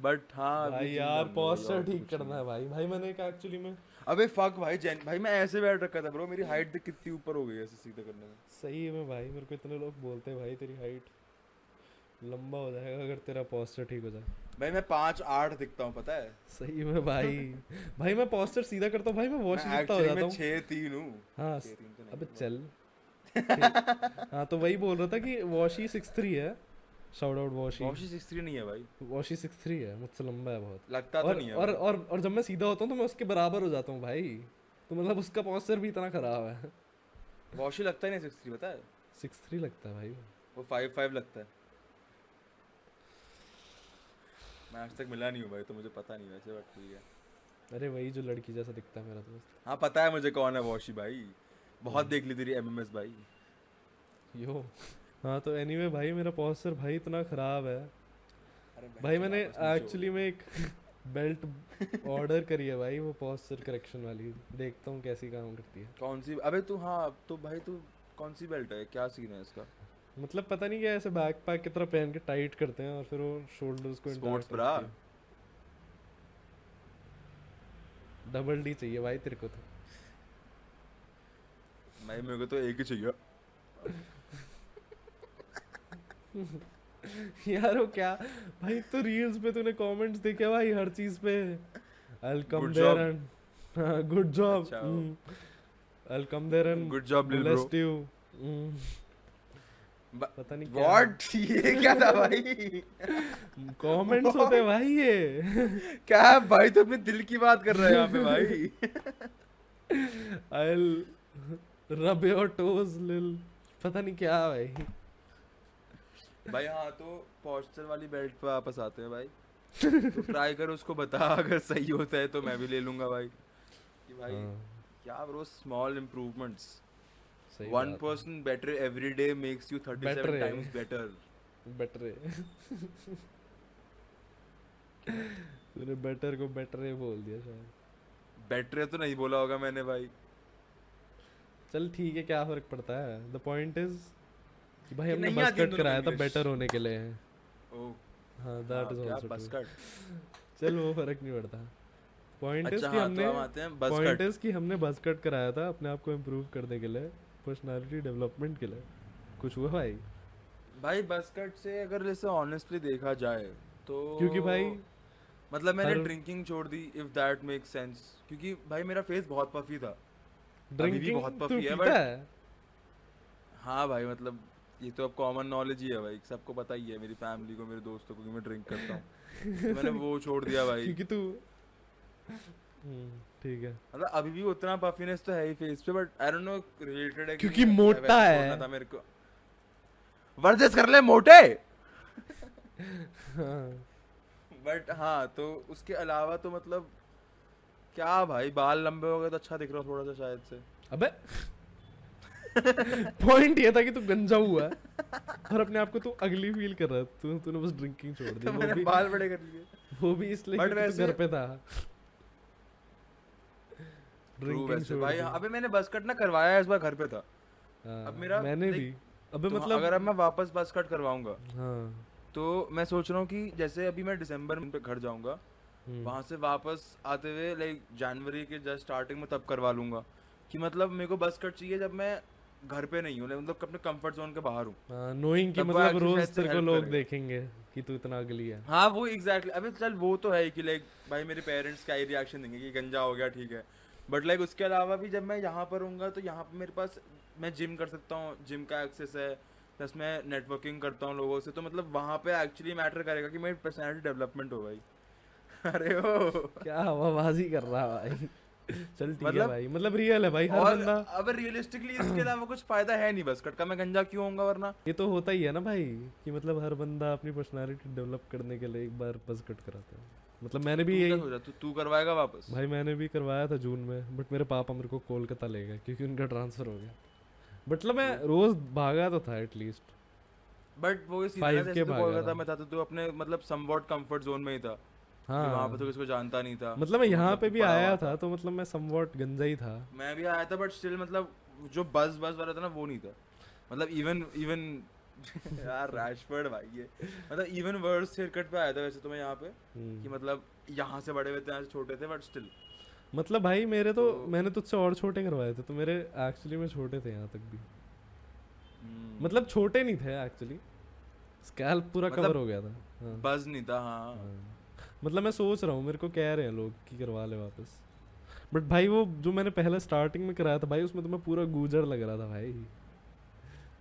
B: बट हाँ अभी
A: भाई
B: gym
A: यार
B: जाऊंगा भाई,
A: पॉस्चर
B: और
A: ठीक
B: कुछ
A: करना है
B: नहीं।
A: भाई भाई मैंने एक एक्चुअली में
B: अबे फक भाई जैन भाई मैं ऐसे बैठ रखा था ब्रो मेरी हाइट देख कितनी ऊपर हो गई है ऐसे सीधे करने में
A: सही में भाई मेरे को इतने लोग बोलते हैं भाई तेरी हाइट लंबा हो जाएगा अगर तेरा पॉस्चर ठीक हो जाए
B: भाई मैं पाँच आठ दिखता हूँ पता है
A: सही में भाई भाई मैं पॉस्चर सीधा करता हूँ भाई मैं वॉश
B: मैं
A: लिखता हो
B: actually
A: जाता
B: में
A: हूँ
B: छः तीन हूँ
A: हाँ
B: छः तीन तो नहीं
A: अबे
B: हूँ।
A: चल ठीक। हाँ तो वही बोल रहा था कि वॉशी सिक्स थ्री है shout out Washi
B: Washi six three नहीं है भाई
A: वॉशी सिक्स थ्री है मुझसे लंबा है बहुत
B: लगता तो
A: और
B: नहीं है
A: और
B: भाई।
A: और और जब मैं सीधा होता हूँ तो मैं उसके बराबर हो जाता हूँ भाई तो मतलब उसका पॉस्चर भी इतना खराब है
B: वॉशी लगता ही नहीं सिक्स थ्री पता है
A: सिक्स थ्री लगता है भाई
B: वो फाइव फाइव लगता है मैं आज तक मिला नहीं हूँ भाई तो मुझे पता नहीं वैसे बट ठीक है
A: अरे वही जो लड़की जैसा दिखता है मेरा दोस्त
B: हाँ पता है मुझे कौन है वॉशी भाई बहुत देख ली तेरी एम भाई
A: यो हाँ तो एनीवे भाई मेरा पॉस्चर भाई इतना खराब है भाई मैंने एक्चुअली में एक बेल्ट ऑर्डर करी है भाई वो पॉस्चर करेक्शन वाली देखता हूँ कैसी काम करती है
B: कौन सी अबे तू हाँ तो भाई तू कौन सी बेल्ट है क्या सीन है इसका
A: मतलब पता नहीं क्या ऐसे बैक पैक की तरह पहन के टाइट करते हैं और फिर वो शोल्डर्स को
B: Sports bra?
A: डबल डी चाहिए भाई तेरे को तो
B: भाई मेरे को तो एक ही चाहिए
A: यार वो क्या भाई तो रील्स पे तूने कमेंट्स देखे भाई हर चीज पे I come
B: Good
A: there
B: job.
A: And good job
B: अच्छा,
A: I come there and
B: good job lil bro
A: blessed you
B: ब-
A: हम्म। पता नहीं क्या
B: व्हाट ये क्या था भाई
A: कमेंट्स होते हैं भाई ये
B: क्या है भाई तो अपने दिल की बात कर रहे हैं यहाँ पे भाई
A: आई रब योर टोज लिल पता नहीं क्या भाई
B: भाई हाँ तो पॉस्चर वाली बेल्ट पे वापस आते हैं भाई तो ट्राई कर उसको बता अगर सही होता है तो मैं भी ले लूंगा भाई कि भाई
A: हाँ,
B: क्या ब्रो स्मॉल इम्प्रूवमेंट्स
A: सही
B: वन
A: बात है।
B: Person better every day makes you thirty
A: Better
B: seven
A: है।
B: टाइम्स बेटर
A: बेटर है तूने बेटर को बेटर है बोल दिया शायद
B: बेटर तो नहीं बोला होगा मैंने भाई
A: चल ठीक है क्या फर्क पड़ता है द पॉइंट इज कि भाई
B: कि
A: हमने
B: नहीं
A: बस
B: आती उन
A: कट
B: दोनों को
A: कराया था
B: English।
A: बेटर होने के लिए
B: ओ
A: हाँ दैट इज आल्सो ट्रू
B: बस्कट
A: चल वो फर्क नहीं पड़ता पॉइंट इज
B: अच्छा
A: कि
B: हाँ तो
A: हमने
B: हम आते हैं
A: पॉइंट
B: बस्कट
A: इज कि हमने बस कट कराया था अपने आप को इम्प्रूव करने के लिए पर्सनालिटी डेवलपमेंट के लिए कुछ हुआ भाई
B: भाई बस्कट से अगर जैसे ऑनेस्टली देखा जाए तो
A: क्योंकि भाई
B: मतलब मैंने
A: हर-
B: ड्रिंकिंग छोड़ दी इफ दैट मेक सेंस क्योंकि भाई मेरा फेस बहुत पफी था भी
A: ड्रिंकिंग
B: बहुत
A: तू
B: puffy है,
A: तो पीता
B: but-
A: है
B: हाँ भाई मतलब ये तो अब कॉमन नॉलेज ही है भाई सबको पता ही है मेरी फैमिली को मेरे दोस्तों को कि मैं ड्रिंक करता हूँ तो मैंने वो छोड़ दिया भाई
A: क्योंकि तू हम्म, ठीक है
B: मतलब अभी भी उतना पफीनेस तो है ही फेस पे but I don't know related है कि
A: क्योंकि
B: नहीं,
A: मोटा
B: वैसे
A: है।
B: छोड़ना था मेरे को वर्जिश कर ले मोटे
A: हाँ
B: बट हाँ तो उसके अलावा तो मतलब क्या भाई बाल लंबे हो गए तो अच्छा दिख रहा हूँ थोड़ा सा शायद से
A: अबे पॉइंट ये था कि तू गंजा हुआ है और अपने आप को तू अगली फील कर रहा है तू तूने बस ड्रिंकिंग छोड़ दी
B: तो
A: वो
B: मैंने
A: भी
B: बाल बड़े कर लिए
A: वो भी इसलिए
B: But
A: क्योंकि तू घर
B: वैसे-
A: पे था
B: True
A: ड्रिंकिंग
B: वैसे
A: छोड़
B: भाई
A: दी।
B: हाँ, अबे मैंने बस कट ना करवाया इस बार घर पे था
A: हाँ,
B: अब मेरा
A: मैंने
B: like-
A: भी अबे
B: तो
A: मतलब
B: अगर अब मैं वापस बस कट करवाऊंगा
A: हाँ
B: तो मैं सोच रहा हूँ कि जैसे अभी मैं दिसंबर में पे घर जाऊंगा
A: हम्म,
B: वहाँ से वापस आते हुए लाइक जनवरी के जस्ट स्टार्टिंग में तब करवा लूंगा कि मतलब मेरे को बस कट चाहिए जब मैं घर पे नहीं हूँ like, मतलब अपने कंफर्ट जोन के बाहर हूँ
A: नोइंग कि
B: तब वो
A: मतलब
B: actually
A: रोज
B: शायद से
A: तेरे को
B: help
A: लोग
B: करेगा।
A: देखेंगे कि तू इतना अगली है
B: हाँ वो एग्जैक्टली exactly. अबे चल वो तो है ही कि लाइक भाई मेरे पेरेंट्स क्या ही रिएक्शन देंगे कि गंजा हो गया ठीक है बट लाइक उसके अलावा भी जब मैं यहाँ पर रहूँगा तो यहाँ पे मेरे पास मैं जिम कर सकता हूँ जिम का एक्सेस है प्लस मैं नेटवर्किंग करता हूँ लोगों से तो मतलब वहाँ पे एक्चुअली मैटर करेगा कि मेरी पर्सनैलिटी डेवलपमेंट हो भाई अरे ओ
A: क्या हवाबाजी कर रहा है भाई चल ठीक है
B: मतलब-
A: भाई मतलब रियल है भाई हर
B: और
A: बंदा
B: अब रियलिस्टिकली इसके अलावा कुछ फायदा है नहीं बस कट का मैं गंजा क्यों होऊंगा वरना
A: ये तो होता ही है ना भाई कि मतलब हर बंदा अपनी पर्सनालिटी डेवलप करने के लिए एक बार बस कट कराता है मतलब मैंने भी
B: तू तो क्या
A: यही
B: सोचा तू तू करवाएगा वापस
A: भाई मैंने भी करवाया था जून में बट मेरे पापा मेरे को कोलकाता ले गए क्योंकि उनका ट्रांसफर हो गया मतलब मैं
B: हम्म।
A: रोज भागा तो था एटलीस्ट
B: बट वो इस
A: 5K भागा
B: कोलकाता
A: था।
B: में था तो तू अपने मतलब समवॉट कंफर्ट जोन में ही था
A: हाँ
B: वहां पे तो किसी को जानता नहीं था
A: मतलब मैं यहाँ
B: मतलब
A: पे
B: तू
A: भी
B: पड़ा
A: आया
B: हुआ
A: था तो मतलब मैं समवॉट गंजा ही था
B: मैं भी आया था बट स्टिल मतलब जो बस बस वाला था ना वो नहीं था मतलब इवन इवन यार रैशफोर्ड भाई ये मतलब इवन वर्स हेयर कट पे आया था वैसे तो मैं यहाँ पे
A: हम्म।
B: कि मतलब यहाँ से बड़े हुए थे यहाँ से छोटे थे बट स्टिल
A: मतलब भाई मेरे तो
B: तो-
A: मैंने तुझसे और छोटे करवाए थे तो मेरे एक्चुअली में छोटे थे यहाँ तक भी
B: हम्म।
A: मतलब छोटे नहीं थे एक्चुअली स्कैल्प पूरा
B: मतलब-
A: कवर हो गया था हाँ,
B: बस नहीं था हाँ
A: हाँ। मतलब मैं सोच रहा हूँ मेरे को कह रहे हैं लोग कि करवा ले वापस बट भाई वो जो मैंने पहले स्टार्टिंग में कराया था भाई उसमें तो मैं पूरा गुजर लग रहा था भाई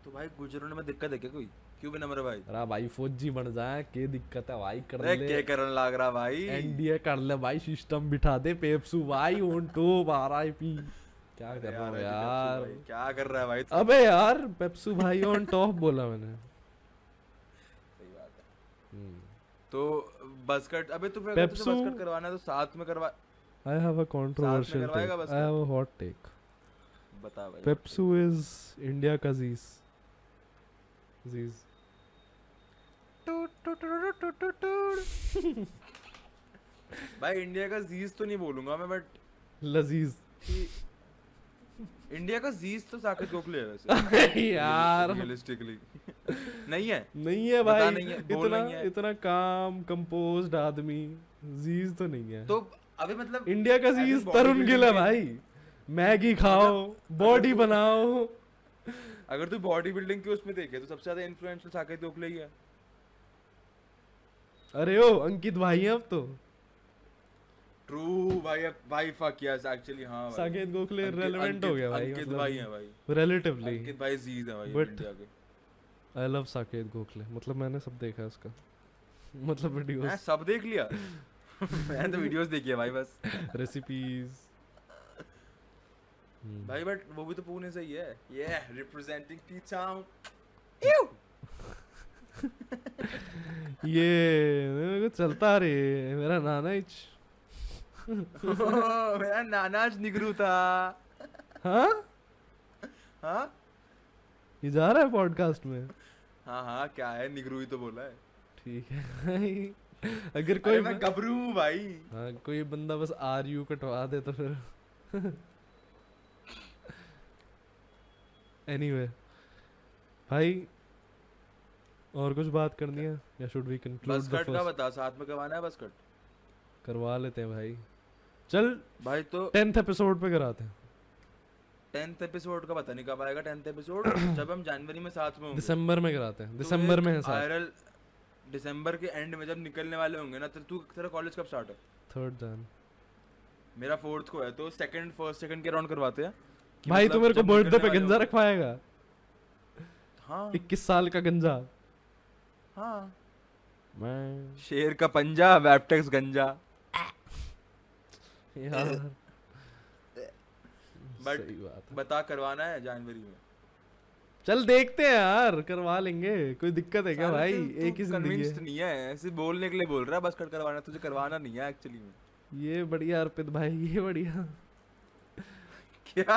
B: तो भाई गुजरों में दिक्कत है क्या कोई क्यों बिना मेरे भाई
A: अरे भाई फौजी बन जाए के दिक्कत है भाई कर
B: अरे
A: ले
B: क्या करन लग रहा भाई
A: एनडीए कर ले भाई सिस्टम बिठा दे पेप्सू भाई ऑन टॉप आरआईपी क्या
B: अरे
A: कर रहा हूँ
B: ऐसे कैसे
A: यार
B: भाई, क्या कर रहा है भाई तू?
A: अबे यार पेप्सू भाई ऑन टॉप बोला मैंने
B: सही बात है
A: हम्म।
B: तो बस कट अबे तू फिर बस
A: Pepsu-
B: कट करवाना है तो साथ में करवा
A: I have a controversial take.
B: करवाएगा बस
A: I have a hot take.
B: बता भाई
A: Pepsu is India का Z's. Z's.
B: भाई इंडिया का जीज तो नहीं बोलूंगा मैं बट
A: लजीज
B: इंडिया का जीज तो साकिब गोखले है वैसे
A: यार
B: रियलिस्टिकली नहीं है
A: नहीं है
B: बता
A: भाई
B: नहीं है, बोल
A: इतना
B: नहीं है।
A: इतना काम कंपोज्ड आदमी जीज तो नहीं है
B: तो अभी मतलब
A: इंडिया का
B: I think
A: जीज
B: body
A: तरुण
B: building
A: गिल है
B: में-
A: भाई मैगी खाओ बॉडी
B: तू-
A: बनाओ
B: अगर तू बॉडी बिल्डिंग के उसमें देखे तो सबसे ज्यादा इन्फ्लुएंशियल साकिब गोखले ही है
A: अरे ओ अंकित भाई हैं अब तो
B: ट्रू भाई अब- भाई फक यस एक्चुअली हां हाँ, भाई
A: साकेत गोखले
B: अंकित-
A: रेलेवेंट हो
B: अंकित-
A: गया भाई
B: अंकित
A: मतलब
B: भाई है भाई
A: relatively.
B: अंकित भाई जीज है भाई
A: But-
B: इंडिया के
A: आई लव साकेत गोखले मतलब मैंने सब देखा है उसका मतलब
B: मैं
A: वीडियोस
B: सब देख लिया मैंने तो वीडियोस देखी है भाई बस
A: रेसिपीज mm.
B: भाई बट वो भी तो पुणे से ही है ये रिप्रेजेंटिंग टी टाउन
A: ये मेरे को चलता रे मेरा नाना इच
B: मेरा नाना आज निगरू था
A: हाँ
B: हाँ
A: ये जा रहा है पॉडकास्ट में
B: हाँ हाँ क्या है निगरू ही तो बोला है
A: ठीक है भाई अगर
B: अरे
A: कोई
B: मैं
A: बं-
B: गबरू हूँ भाई
A: हाँ कोई बंदा बस आर यू कटवा दे तो फिर एनीवे भाई और कुछ बात करनी है या शुड वी कंक्लूड
B: बस
A: द
B: कट का
A: फर्स्ट
B: बता साथ में करवाना है बस कट
A: करवा लेते हैं भाई चल
B: भाई तो
A: टेंथ एपिसोड पे कराते हैं
B: टेंथ एपिसोड का पता नहीं कब आएगा टेंथ एपिसोड जब हम जनवरी में साथ में होंगे
A: दिसंबर में कराते हैं
B: तो
A: दिसंबर
B: एक
A: में है सर
B: viral दिसंबर के एंड में जब निकलने वाले होंगे ना तो तू तेरा कॉलेज कब स्टार्ट है
A: थर्ड जन
B: मेरा फोर्थ को है तो सेकंड फर्स्ट सेकंड के राउंड करवाते हैं कि
A: भाई तू
B: मतलब
A: मेरे को
B: जब
A: बर्थडे
B: निकलने
A: पे
B: वाले
A: गंजा
B: होंगे-
A: रखवाएगा
B: हाँ
A: 21 साल का गंजा
B: हाँ
A: मैं
B: शेर का पंजा वेपटेक्स गंजा
A: यार
B: But-
A: सही बात है
B: बता करवाना है जनवरी में
A: चल देखते हैं यार करवा लेंगे कोई दिक्कत है क्या
B: साले
A: भाई
B: तू- तो तू
A: एक ही जिंदगी
B: convinced
A: है
B: नहीं है ऐसे बोलने के लिए बोल रहा है बस कट करवाना है, तुझे करवाना नहीं है एक्चुअली में
A: ये बढ़िया अर्पित भाई ये बढ़िया
B: क्या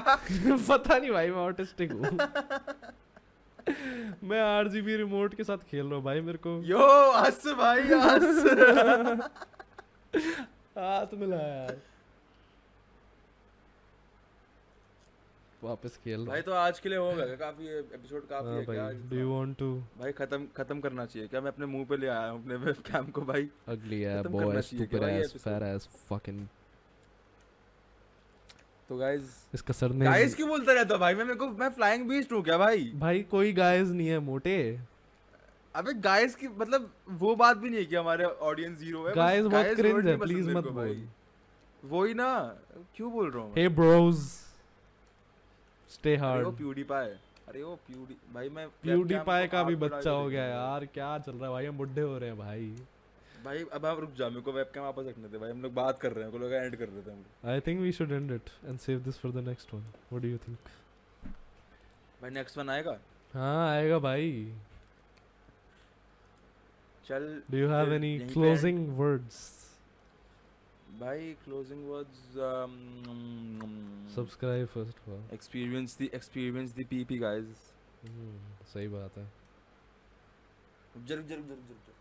A: पता नहीं भाई मैं ऑटिस्टिक हूँ मैं आरजीबी रिमोट के साथ खेल रहा हूँ भाई मेरे को
B: यो हंस भाई हंस
A: हाथ मिला यार वापस खेल रहा
B: भाई तो आज के लिए हो गया काफी एपिसोड
A: हूँ।
B: काफी
A: हाँ
B: है क्या
A: भाई
B: आज
A: डू यू वांट टू
B: भाई खत्म खत्म करना चाहिए क्या मैं अपने मुंह पे ले आया हूँ अपने वेब कैम को भाई
A: अगली है
B: खत्म करना
A: बॉय
B: चाहिए क्या
A: स्टूपिड
B: भाई ये
A: एस
B: episode?
A: फैट एस फकिंग
B: तो गाइस
A: इसका सरनेम
B: गाइस क्यों बोलता रहता हूँ भाई मैं मेरे को मैं फ्लाइंग बीस्ट हूँ क्या भाई
A: भाई कोई गाइस नहीं है मोटे
B: अबे गाइस की मतलब वो बात भी नहीं है कि हमारे ऑडियंस जीरो है बस
A: गाइस बहुत
B: guys
A: क्रिंज
B: word
A: है
B: नहीं पसंद
A: प्लीज
B: मेरे
A: मत
B: को भाई।
A: बोल
B: वही ना क्यों बोल रहा हूँ मैं?
A: हे ब्रोस स्टे
B: अरे वो
A: हार्ड
B: प्यूडीपाई अरे वो प्यूडी भाई मैं webcam
A: ब्यूटी
B: को
A: पाए का
B: हाथ
A: भी
B: बढ़ा के
A: बच्चा हो
B: देख
A: गया
B: रहा हूँ।
A: यार क्या चल रहा है भाई हम बुढ़े हो रहे हैं भाई
B: भाई अब आप रुक जाओ मेरे को वेबकैम वापस रखने दे भाई हम लोग बात कर रहे हैं को लोग एंड कर देते हैं हम लोग।
A: I think we should end it end save this for the next one what do you think
B: भाई नेक्स्ट वन आएगा
A: हाँ आएगा भाई
B: चल
A: डू यू हैव
B: फिर
A: एनी
B: यहीं पे end-
A: क्लोजिंग वर्ड्स
B: भाई um, closing words
A: subscribe first off
B: experience the experience the PP guys
A: सही बात है
B: जरूर जरूर जरूर जरूर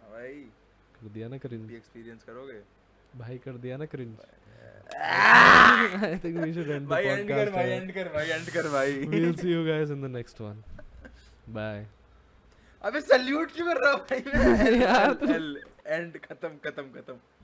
B: हाँ भाई
A: कर दिया ना
B: भी
A: क्रिंज
B: एक्सपीरियंस करोगे
A: भाई कर दिया ना cringe I think we should end the
B: भाई एंड कर
A: पॉडकास्ट
B: भाई एंड कर भाई एंड कर भाई
A: we'll see you guys in the next one bye
B: अबे सल्यूट क्यों कर रहा हूँ भाई मैं
A: यार
B: एंड खत्म खत्म खत्म